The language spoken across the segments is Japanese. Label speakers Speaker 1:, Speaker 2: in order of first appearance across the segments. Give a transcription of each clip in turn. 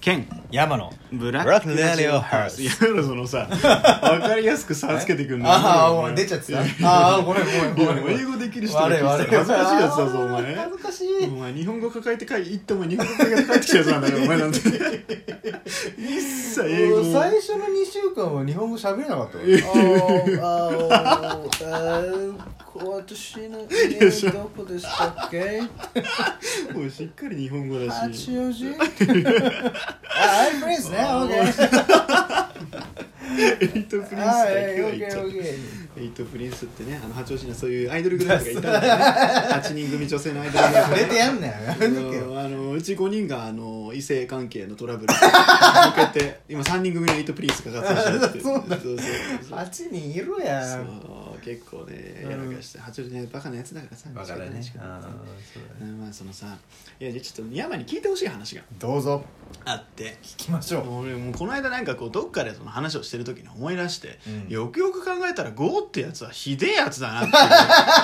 Speaker 1: ケン
Speaker 2: 山野
Speaker 1: ブラ
Speaker 2: ブラックレディオハウス
Speaker 1: いやそのさ分かりやすくさつけてくんの
Speaker 2: ああもう出ちゃ ってたああごめんごめんごめんごめん
Speaker 1: 英語できる人
Speaker 2: 悪い悪い
Speaker 1: 恥ずかしいやつだぞお
Speaker 2: あ
Speaker 1: 前
Speaker 2: ー恥ずかし
Speaker 1: お前日本語抱えて帰いってお前日本語抱えて帰ってきたやつなんだよお前なんて一切
Speaker 2: い
Speaker 1: 英語
Speaker 2: もう最初の2週間は日本語喋れなかったわあーあーあー私の家どこでしたっけ
Speaker 1: もうしっかり日本語だし
Speaker 2: 八王子あ、アイプリンスね、オーケー
Speaker 1: エイトプリンスだ
Speaker 2: は
Speaker 1: け
Speaker 2: い、オ
Speaker 1: は
Speaker 2: ー
Speaker 1: 言っ
Speaker 2: ケ
Speaker 1: ちゃ
Speaker 2: ー
Speaker 1: う
Speaker 2: オーケ
Speaker 1: エイトプリンスってねあの八王子のそういうアイドルグループがいたんだよね8人組女性のアイドルグループ
Speaker 2: ー出てやんなよ、やめとけよ
Speaker 1: うんあのうち5人があの異性関係のトラブルを受けて 今3人組のエイトプリンスが活躍してる
Speaker 2: そうなんだ
Speaker 1: そうそうそう
Speaker 2: 8人いるやん
Speaker 1: そう結構ね
Speaker 2: うん
Speaker 1: やらかして八王子ねバカなやつだからさ
Speaker 2: わからね
Speaker 1: 仕方ない仕方ない
Speaker 2: そうだね
Speaker 1: うんまあそのさいやじゃあちょっと山に聞いてほしい話が
Speaker 2: どうぞ
Speaker 1: あって
Speaker 2: 聞きましょう
Speaker 1: 俺もうこの間なんかこうどっかでその話をしてる時に思い出して、
Speaker 2: うん
Speaker 1: よくよく考えたら GO ってやつはひでえやつだな って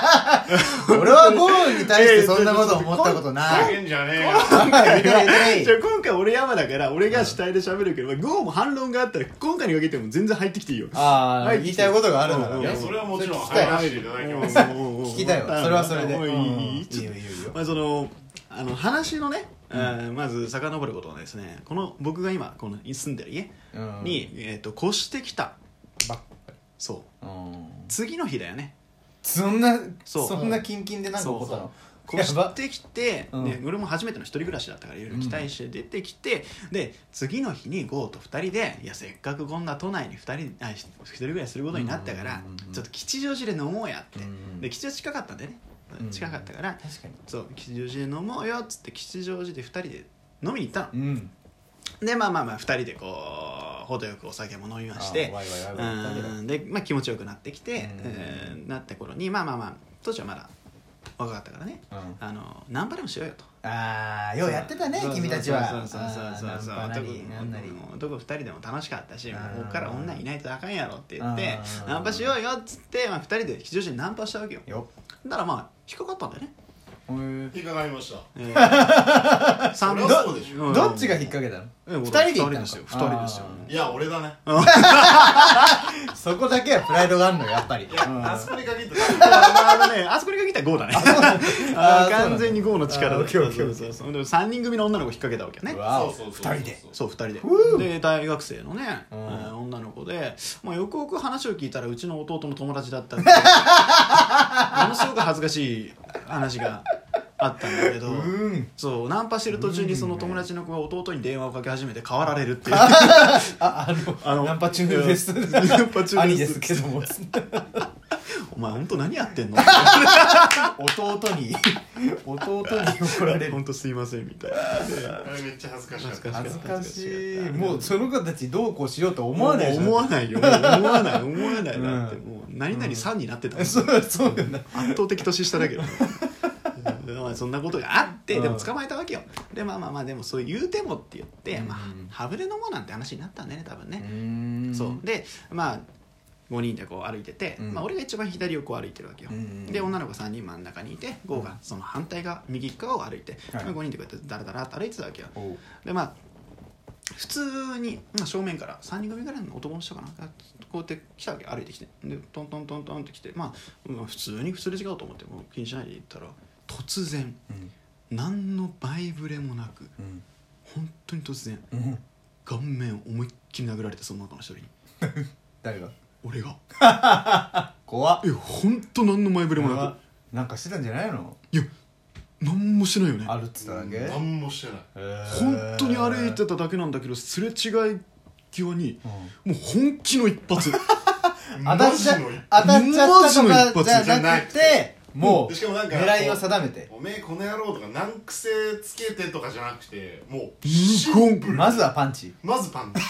Speaker 2: 俺はゴロに対してそんなこと思ったことない
Speaker 3: げんじゃねえよ
Speaker 2: ないない
Speaker 1: いうじゃあ今回俺山だから俺が主体で喋るけど、GO も反論があったら今回にかけても全然入ってきていいよ
Speaker 2: ああ
Speaker 1: はい
Speaker 2: 言いたいことがあるなら
Speaker 1: うん
Speaker 3: い
Speaker 1: うん
Speaker 3: や
Speaker 2: ね
Speaker 3: それはもちろん
Speaker 2: それ聞きたい
Speaker 3: 話していただきます
Speaker 1: 聞
Speaker 2: 聞きたいわそれはそれで
Speaker 1: い
Speaker 2: うん
Speaker 1: いいい
Speaker 2: いいよいいよいいよ
Speaker 1: まあそのあの話のね、えーまず遡ることはですねこの僕が今この住んでる家
Speaker 2: うん
Speaker 1: に、えー、と越してきた
Speaker 2: ばっかり
Speaker 1: そう
Speaker 2: うん
Speaker 1: 次の日だよね
Speaker 2: そんな
Speaker 1: そう
Speaker 2: そんなキンキンでなんか起こったの
Speaker 1: 越してきて、
Speaker 2: うん
Speaker 1: ね、俺も初めての一人暮らしだったからいろいろ期待して出てきて、で次の日にゴーと2人でいやせっかくこんな都内に2人あ一人暮らしすることになったか
Speaker 2: う
Speaker 1: ら、
Speaker 2: んうんうんうん
Speaker 1: ちょっと吉祥寺で飲もうやって、
Speaker 2: うん
Speaker 1: で吉祥寺近かったんだよね、
Speaker 2: うん
Speaker 1: 近かったから、
Speaker 2: 確かに
Speaker 1: そう吉祥寺で飲もうよっつって吉祥寺で2人で飲みに行ったの
Speaker 2: う、ん
Speaker 1: でまあまあまあ2人でこう程よくお酒も飲みまして
Speaker 2: あワイワイワイ
Speaker 1: う
Speaker 2: ワイ言ったけど
Speaker 1: んで、まあ、気持ちよくなってきて、
Speaker 2: うん
Speaker 1: うんなった頃にまあまあまあ当時はまだ若かったからね
Speaker 2: うん
Speaker 1: あのナンパでもしようよと
Speaker 2: ああようやってたね
Speaker 1: そう
Speaker 2: 君たちは
Speaker 1: そうそうそうそうそう
Speaker 2: あーナンパな
Speaker 1: 男
Speaker 2: りなんなり
Speaker 1: 男2人でも楽しかったし
Speaker 2: うん
Speaker 1: もうこっから女いないとあかんやろって言って
Speaker 2: うん
Speaker 1: ナンパしようよっつって、まあ、2人で吉祥寺にナンパしたわけよ
Speaker 2: よ
Speaker 1: だからまあ引っかかったんだよね、
Speaker 2: へ
Speaker 3: 引っかかりました
Speaker 1: えー、 三
Speaker 3: そりゃそうでしょ
Speaker 1: うん
Speaker 2: どっちが引っ掛けたの
Speaker 1: うん
Speaker 2: 二人で行ったのか
Speaker 1: 二ですよ二人ですよ
Speaker 3: いや俺だね
Speaker 2: そこだけはプライドがあるのよやっぱり
Speaker 3: あそこに限って
Speaker 1: あのね、あそこに限ったらゴーだね。 あ
Speaker 2: あーそうなんだ
Speaker 1: ー完全にゴーの力
Speaker 2: あーオ
Speaker 1: だ
Speaker 2: ッケーオッケー
Speaker 1: そうそうそうでも3人組の女の子引っ掛けたわけよね。
Speaker 2: わお
Speaker 3: そうそうそう
Speaker 2: 二人で
Speaker 1: そう、2人
Speaker 2: ふう
Speaker 1: で。で、大学生のね、え
Speaker 2: うん
Speaker 1: ー女の子で、まあ、よくよく話を聞いたら、うちの弟の友達だったん で、ものすごく恥ずかしい話があったんだけど、
Speaker 2: うん
Speaker 1: そう、ナンパしてる途中にその友達の子が弟に電話をかけ始めて変わられるっていう。
Speaker 2: ああの
Speaker 1: あの
Speaker 2: ナンパ中です
Speaker 1: いやナンパ中です
Speaker 2: 兄ですけども
Speaker 1: お前、ほんと何やってんの
Speaker 2: 弟に弟に怒られる
Speaker 1: ほんとすいません、みたいな。
Speaker 3: あれめっちゃ恥ずかしかった
Speaker 2: 恥ずかし
Speaker 1: 恥ずかし
Speaker 2: い
Speaker 1: かった
Speaker 2: もうその子たちどうこうしようと思わないじゃん
Speaker 1: 思わないよもう思わない思わないなって、
Speaker 2: うん
Speaker 1: もう何々さんになってた、圧
Speaker 2: そう そうよな
Speaker 1: 倒的年下だけどうん まあそんなことがあって
Speaker 2: うん
Speaker 1: でも捕まえたわけよでまあまあまあでもそう言うてもって言って、まあ
Speaker 2: うん、
Speaker 1: はぶれのもなんて話になったんだよね多分ね、
Speaker 2: ん
Speaker 1: そうでまあ5人でこう歩いてて、
Speaker 2: うん
Speaker 1: まあ、俺が一番左をこう歩いてるわけよ、
Speaker 2: うん
Speaker 1: で女の子3人真ん中にいて5がその反対側右側を歩いて、
Speaker 2: はい
Speaker 1: まあ、5人でこうやってダラダラと歩いてたわけよ、
Speaker 2: おう
Speaker 1: でまあ普通に、まあ、正面から3人組ぐらいの男の人かながこうやって来たわけ歩いてきてでトントントントンって来てまあ、うん普通に普通で違うと思ってもう気にしないで行ったら突然
Speaker 2: うん
Speaker 1: 何のバイブレもなく
Speaker 2: うん
Speaker 1: 本当に突然
Speaker 2: うん
Speaker 1: 顔面思いっきり殴られてその中の一人に
Speaker 2: 誰が
Speaker 1: 俺が
Speaker 2: 怖っ
Speaker 1: え本当何のバイブレもな
Speaker 2: なんかしてたんじゃないの
Speaker 1: くいや何もしてないよね
Speaker 2: あるっつっただけへ
Speaker 3: 何もしてない
Speaker 2: ー
Speaker 1: 本当に歩いてただけなんだけどすれ違い際に
Speaker 2: うん
Speaker 1: もう本気の一 発
Speaker 2: 当たっちゃ
Speaker 3: マジの一
Speaker 2: 当たっちゃったとかじゃなくてもう
Speaker 3: でしかもなんか
Speaker 2: 狙いを定めて
Speaker 3: おめえこの野郎とか難癖つけてとかじゃなくてもう
Speaker 1: 無言
Speaker 2: まずはパンチ
Speaker 3: まずパンチ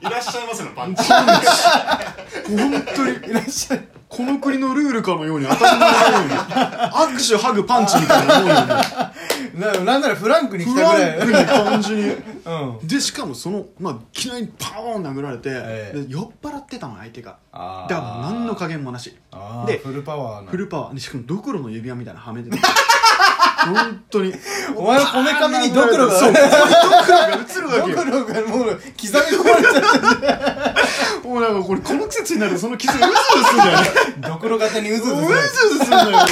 Speaker 3: いらっしゃいませのパンチ
Speaker 1: 本当に
Speaker 2: いらっしゃい
Speaker 1: この国のルールかのように当たり前のように握手ハグパンチみたいなもん
Speaker 2: な
Speaker 1: よ
Speaker 2: なんならフランクに 来
Speaker 1: フ
Speaker 2: たぐら
Speaker 1: ラ
Speaker 2: い
Speaker 1: ンクに感じに
Speaker 2: うん
Speaker 1: でしかもその、まあ、いきなりパーン殴られて、
Speaker 2: ええ
Speaker 1: で酔っ払ってたの相手が
Speaker 2: あ
Speaker 1: だから何の加減もなし
Speaker 2: あー
Speaker 1: で
Speaker 2: フルパワーな
Speaker 1: フルパワーでしかもドクロの指輪みたいなのはめてた本当に
Speaker 2: お前はこめかみにドクロが
Speaker 1: そうここにドクロが映るわけ
Speaker 2: ド
Speaker 1: よ
Speaker 2: クロがもう刻み込まれちゃって
Speaker 1: もうなんかこれこの季節になるとその傷がうずうずするんだよね
Speaker 2: ドクロ型にう
Speaker 1: うず
Speaker 2: ず
Speaker 1: う
Speaker 2: うず
Speaker 1: ずするんだよもう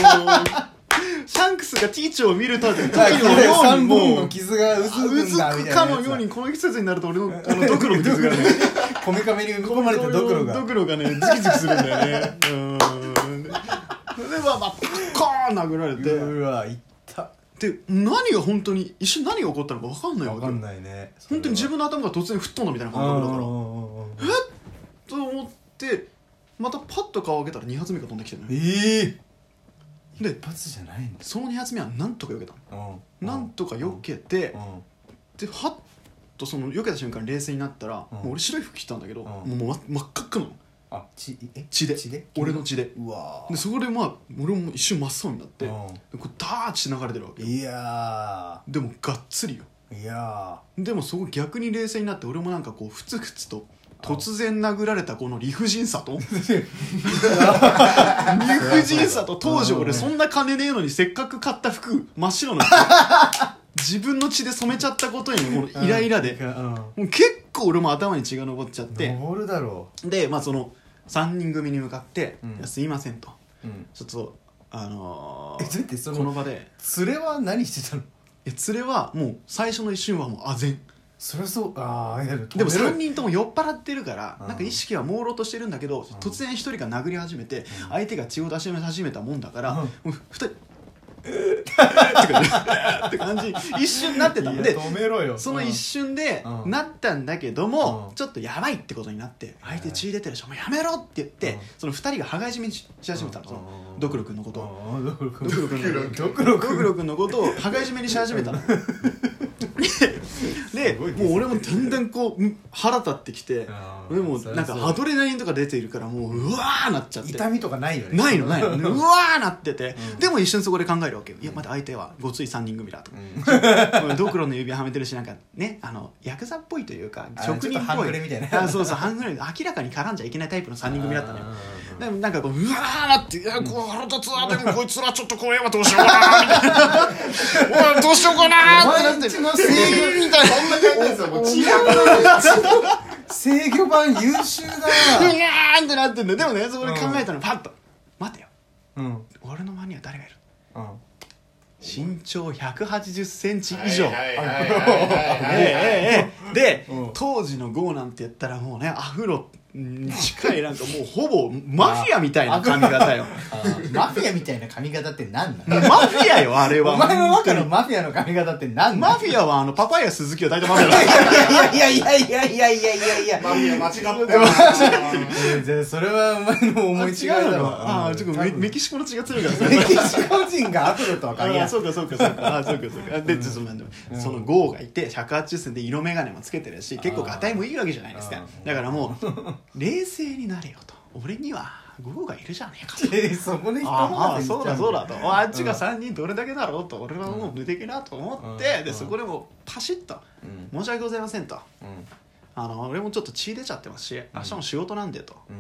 Speaker 1: シャンクスがティーチを見るたび時のように
Speaker 2: 3本
Speaker 1: もう
Speaker 2: の傷がうず
Speaker 1: う
Speaker 2: くん
Speaker 1: ず
Speaker 2: だみた
Speaker 1: く
Speaker 2: いなやつ
Speaker 1: か
Speaker 2: だ
Speaker 1: のようにこの季節になると俺のあのドクロの傷がね
Speaker 2: こめかみに埋め込まれたドクロ
Speaker 1: ド
Speaker 2: が
Speaker 1: クロがねズキズキするんだよねうーんでまあまあコーン殴られて
Speaker 2: うわいった
Speaker 1: で何が本当に一瞬何が起こったのか分かんないわ
Speaker 2: わ
Speaker 1: け
Speaker 2: か
Speaker 1: よ
Speaker 2: んないね
Speaker 1: 本当に自
Speaker 2: 分
Speaker 1: 分の頭が突然吹っ飛んだみたいな感覚だから
Speaker 2: ら
Speaker 1: と思ってまたパッと顔を上げたら2発目が飛んできてるのよ
Speaker 2: ええ
Speaker 1: で
Speaker 2: 一発じゃないん
Speaker 1: その2発目はなんとか避けたの
Speaker 2: だ
Speaker 1: なんとか避けて
Speaker 2: うん
Speaker 1: ではっとその避けた瞬間に冷静になったら
Speaker 2: うん
Speaker 1: もう俺白い服着てたんだけど
Speaker 2: ん
Speaker 1: もうま真っ赤っかなの
Speaker 2: あ血え
Speaker 1: 血で
Speaker 2: 血で
Speaker 1: 俺の血で
Speaker 2: うわー
Speaker 1: でそこでまあ俺も一瞬真っ青になって
Speaker 2: う
Speaker 1: で
Speaker 2: ん
Speaker 1: こうダーッて流れてるわけよ
Speaker 2: いや
Speaker 1: でもがっつりよ
Speaker 2: ーいや
Speaker 1: でもそこ逆に冷静になって俺もなんかこうふつふつと突然殴られたこの理不尽さ と理不尽さと当時俺そんな金ねえのにせっかく買った服真っ白 な服自分の血で染めちゃったことにこ
Speaker 2: ー
Speaker 1: のイライラ
Speaker 2: うん
Speaker 1: で
Speaker 2: うん
Speaker 1: もう結構俺も頭に血が上っちゃって
Speaker 2: 登るだろ
Speaker 1: でまあその3人組に向かって
Speaker 2: うん
Speaker 1: 「いやすいません」と
Speaker 2: ううん
Speaker 1: 「ちょっとあの
Speaker 2: え
Speaker 1: ー
Speaker 2: だってそ
Speaker 1: この
Speaker 2: の
Speaker 1: 場で
Speaker 2: 連れは何してたの
Speaker 1: え連れはもう最初の一瞬はもうあぜん」
Speaker 2: そりゃそうああいや
Speaker 1: でも
Speaker 2: 止めろよ
Speaker 1: 3人とも酔っ払ってるから
Speaker 2: うん
Speaker 1: なんか意識は朦朧としてるんだけど
Speaker 2: ん
Speaker 1: 突然1人が殴り始めて
Speaker 2: うん
Speaker 1: 相手が血を出し始めたもんだから
Speaker 2: うん
Speaker 1: もう2人って 感じって感じ一瞬なってたん
Speaker 2: い
Speaker 1: で
Speaker 2: や止めろよ
Speaker 1: その一瞬で
Speaker 2: うん
Speaker 1: なったんだけども
Speaker 2: うん
Speaker 1: ちょっとやばいってことになって相手血出てるしお前やめろって言っ
Speaker 2: う
Speaker 1: て
Speaker 2: ん
Speaker 1: その2人が羽交い締めしし始めたのそのドクロ君のことを
Speaker 2: ああドクロ君
Speaker 1: ドクロ君のこと
Speaker 2: ドクロ
Speaker 1: ドク
Speaker 2: 君
Speaker 1: ロ君のことを羽交い締めにし始めたので
Speaker 2: ごいですね
Speaker 1: もう俺もだんだんこううん腹立ってきて
Speaker 2: あー
Speaker 1: でも
Speaker 2: そりゃ
Speaker 1: なん
Speaker 2: そう
Speaker 1: かアドレナリンとか出ているからもううわーなっちゃって
Speaker 2: 痛みとかないよね
Speaker 1: ないのないの うわーなってて、
Speaker 2: うん
Speaker 1: でも一瞬そこで考えるわけよいやまだ相手はごつい3人組だとか、うんドクロの指はめてるしなんかねあのヤクザっぽいというか
Speaker 2: あ
Speaker 1: 職
Speaker 2: ち
Speaker 1: 人
Speaker 2: ょっと
Speaker 1: っ
Speaker 2: 半
Speaker 1: ぽ
Speaker 2: グレ
Speaker 1: い
Speaker 2: みたいな
Speaker 1: あそうそう半グレ明らかに絡んじゃいけないタイプの3人組だったのよ
Speaker 2: うん
Speaker 1: でもなんかこううわーなっていやこう腹立つわでもこいつらちょっとこれはどうしようかなみたいなおいどうしようかなーって
Speaker 2: お前
Speaker 1: なって
Speaker 2: んちの声
Speaker 1: 優みたいな
Speaker 3: そんな感じですよもう違う
Speaker 2: 制御版優秀
Speaker 1: うわ
Speaker 2: だ
Speaker 1: ーってなってんだよでもねそこで考えたのパッと待てよ
Speaker 2: うんうん
Speaker 1: 俺の間には誰がいる身長1 8 0ンチ以上、
Speaker 3: はいはいはいはい
Speaker 1: ええ
Speaker 3: はい
Speaker 1: ええええで、
Speaker 2: うん
Speaker 1: 当時の GO なんて言ったらもうねアフロに近いなんかもうほぼマフィアみたいな髪型よ
Speaker 2: あーマフィアみたいな髪型って何な
Speaker 1: マ
Speaker 2: の
Speaker 1: フィアよあれは
Speaker 2: お前の中のマフィアの髪型って何
Speaker 1: マ
Speaker 2: なの
Speaker 1: フィアはあのパパイヤ鈴木は大体マフィアだ
Speaker 2: いやいやいやいやいやいやいやい
Speaker 3: マ
Speaker 2: や
Speaker 3: フィア間違ってる
Speaker 2: じゃあそれはお前の思い 違い
Speaker 1: あ
Speaker 2: だ
Speaker 1: の
Speaker 2: ろ
Speaker 1: ああちょっとメメキシコの血が強いからさ
Speaker 2: メキシコ人がアフロとは限
Speaker 1: あ
Speaker 2: ら
Speaker 1: あ
Speaker 2: ん
Speaker 1: そうかそうかそうかあそうかそうかでちょっと待ってそのゴーがいて180センで色眼鏡もつけてるし結構ガタイもいいわけじゃないです
Speaker 2: あ
Speaker 1: か
Speaker 2: ー
Speaker 1: だからもう冷静になれよと俺にはゴーがいるじゃねえかと
Speaker 2: えそこで人
Speaker 1: あ
Speaker 2: ま
Speaker 1: あ
Speaker 2: で
Speaker 1: そうだそうだとあっちが3人どれだけだろうと俺はもう無敵だと思っ
Speaker 2: う
Speaker 1: て
Speaker 2: ん
Speaker 1: でそこでもうパシッと「申し訳ございません」と「あの俺もちょっと血出ちゃってますし明日も仕事なんで」と「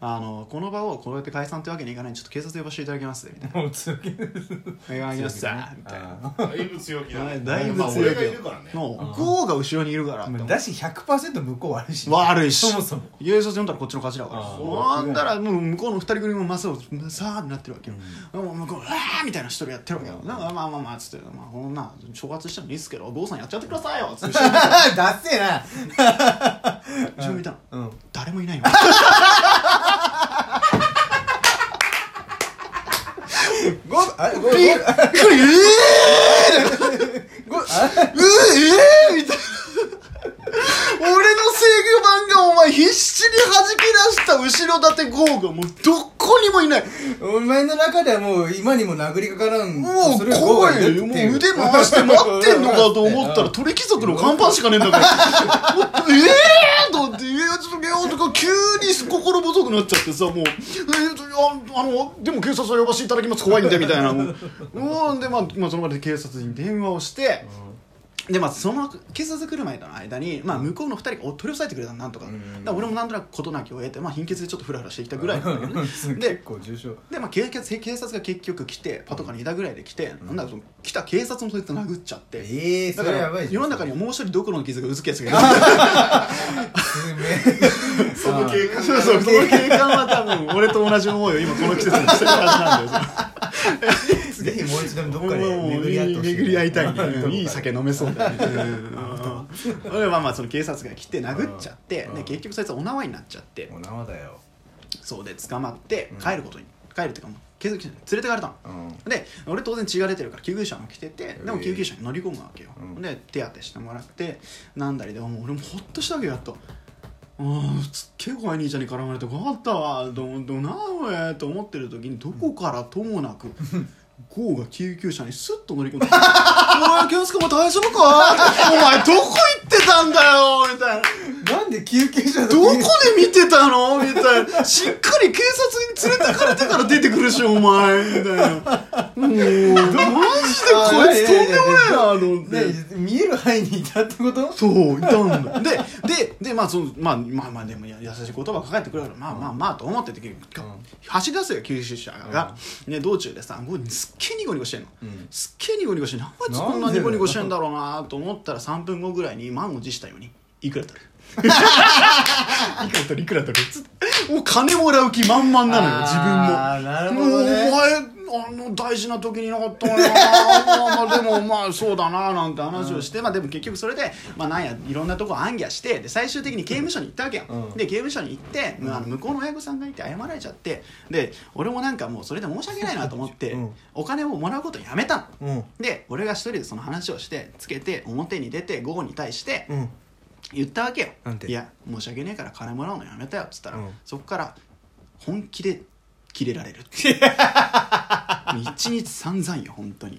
Speaker 1: あのこの場をこうやって解散ってわけにいかないんでちょっと警察呼ばせていただきます」みたいな
Speaker 2: もう続ける
Speaker 1: 「お願いします」みたいな。
Speaker 3: だいぶ強気だね
Speaker 1: だいぶ
Speaker 3: まあ
Speaker 1: 強
Speaker 3: 俺
Speaker 1: い
Speaker 3: がいるからね
Speaker 1: のゴーが後ろにいるからって思う
Speaker 2: だし100%向こう悪いし
Speaker 1: 悪いし
Speaker 2: そもそも
Speaker 1: 優勝読んだらこっちの勝ちだから
Speaker 2: あー
Speaker 1: なんだらもう向こうの二人組も真っ青でさーってなってるわけよ、もう向こううわーみたいな一人やってるわけよ、なんかまあまあまあつって、まあ、こんな挑発してもいいっすけどゴーさんやっちゃってくださいよつって後
Speaker 2: だっせえな
Speaker 1: ろ見たの、
Speaker 2: うん
Speaker 1: 誰もいないよ
Speaker 2: ごあれご
Speaker 1: びっくりえ
Speaker 2: ごあ
Speaker 1: ー、えー、えー、みたいな俺の制御版がお前必死に弾き出した後ろ盾ゴーがもうどこにもいない
Speaker 2: お前の中ではもう今にも殴りかからん
Speaker 1: もう
Speaker 2: それは豪華
Speaker 1: 怖い
Speaker 2: になっ
Speaker 1: よもう
Speaker 2: てる
Speaker 1: 腕回して待ってんのかと思った ら鳥貴族の看板しかねえんだからええー、と思って「いやちょっとよ」とか急に心細くなっちゃってさもう「えー、ああのでも警察は呼ばせていただきます怖いんで」みたいなもううんで、まあ、まあその場で警察に電話をして、でまあその警察来る前との間に、まあ、向こうの二人がお取り押さえてくれたのなんとか,、
Speaker 2: うん
Speaker 1: だから俺もなんとなく事なきを得て、まあ、貧血でちょっとフラフラしてきたぐらいなんだけどねで
Speaker 2: 結構重症
Speaker 1: で、まあ、警察警察が結局来てパトカーにいたぐらいで来て、なんだかその来た警察もそいつ殴っちゃって、
Speaker 2: ええ
Speaker 1: だ
Speaker 2: そ
Speaker 1: か
Speaker 2: れや
Speaker 1: ら
Speaker 2: ばいじ
Speaker 1: 世
Speaker 2: ゃん
Speaker 1: の中にはもう一人ドクロの傷がうずくやつがいる
Speaker 3: そ の警官
Speaker 1: そうそうこの警官は多分俺と同じ思いを今この季節にしてるはずなんだよ
Speaker 2: ぜひもう一度どっ
Speaker 1: も
Speaker 2: かで
Speaker 1: う
Speaker 2: 巡り合ってほしい
Speaker 1: 巡り合いたいね
Speaker 2: うん
Speaker 1: いい酒飲めそうだよねうん俺はまあその警察が来て殴っちゃって
Speaker 2: うん
Speaker 1: で結局そいつはお縄になっちゃって
Speaker 2: もう生だよ
Speaker 1: そうで捕まって
Speaker 2: うん
Speaker 1: 帰ることに帰るっていうかもう警察に連れてかれたの
Speaker 2: うん
Speaker 1: で俺当然血が出てるから救急車も来ててでも
Speaker 2: ええ
Speaker 1: 救急車に乗り込むわけよ、
Speaker 2: うん
Speaker 1: で手当てしてもらってなんだりでもう俺もほっとしたわけよやっと。ああすっげえ怖い兄ちゃんに絡まれて怖かったわどうどうなおえと思ってる時にどこからともな くゴーが救急車にスッと乗り込んで「おい健介お前大丈夫か?」 お前どこ行ってたんだよ」みたいな
Speaker 2: なんで救急車
Speaker 1: 「 どこで見てたの?」みたいな「しっかり警察に連れてかれてから出てくるしお前」みた いなもうマジでこいつとんでもないなと思って。
Speaker 2: ね見える範囲にいたってこと
Speaker 1: そういたんだでででまあそのまあまあまあでもや優しい言葉がかかってくるからまあまあまあと思ってて、結局
Speaker 2: うん
Speaker 1: 走り出すよ九州車が、ね、道中でさもうすっげえニコニコしてんの、
Speaker 2: うん
Speaker 1: すっげえニコニコしてんのあいつこんなニコニコしてんだろうなと思ったら3分後ぐらいに満を持したように「 いくら取る? 」いくら取るいくら取るつって もう金もらう気満々なのよ自分も。
Speaker 2: あーなる
Speaker 1: も
Speaker 2: ほ
Speaker 1: うお
Speaker 2: どね
Speaker 1: 前あの大事な時にいなかったなまあまあでもまあそうだななんて話をして、まあでも結局それでまあなんやいろんなとこ暗夜してで最終的に刑務所に行ったわけやん、
Speaker 2: うん
Speaker 1: で刑務所に行って、まああの向こうの親御さんがいて謝られちゃってで俺もなんかもうそれで申し訳ないなと思って、
Speaker 2: うん
Speaker 1: お金をもらうことやめたの
Speaker 2: うん
Speaker 1: で俺が一人でその話をしてつけて表に出て午後に対して、
Speaker 2: うん
Speaker 1: 言ったわけよ
Speaker 2: なんて
Speaker 1: いや申し訳ねえから金もらうのやめたよっつったら、
Speaker 2: うん
Speaker 1: そこから 本気でキレられるって一日散々よ本当に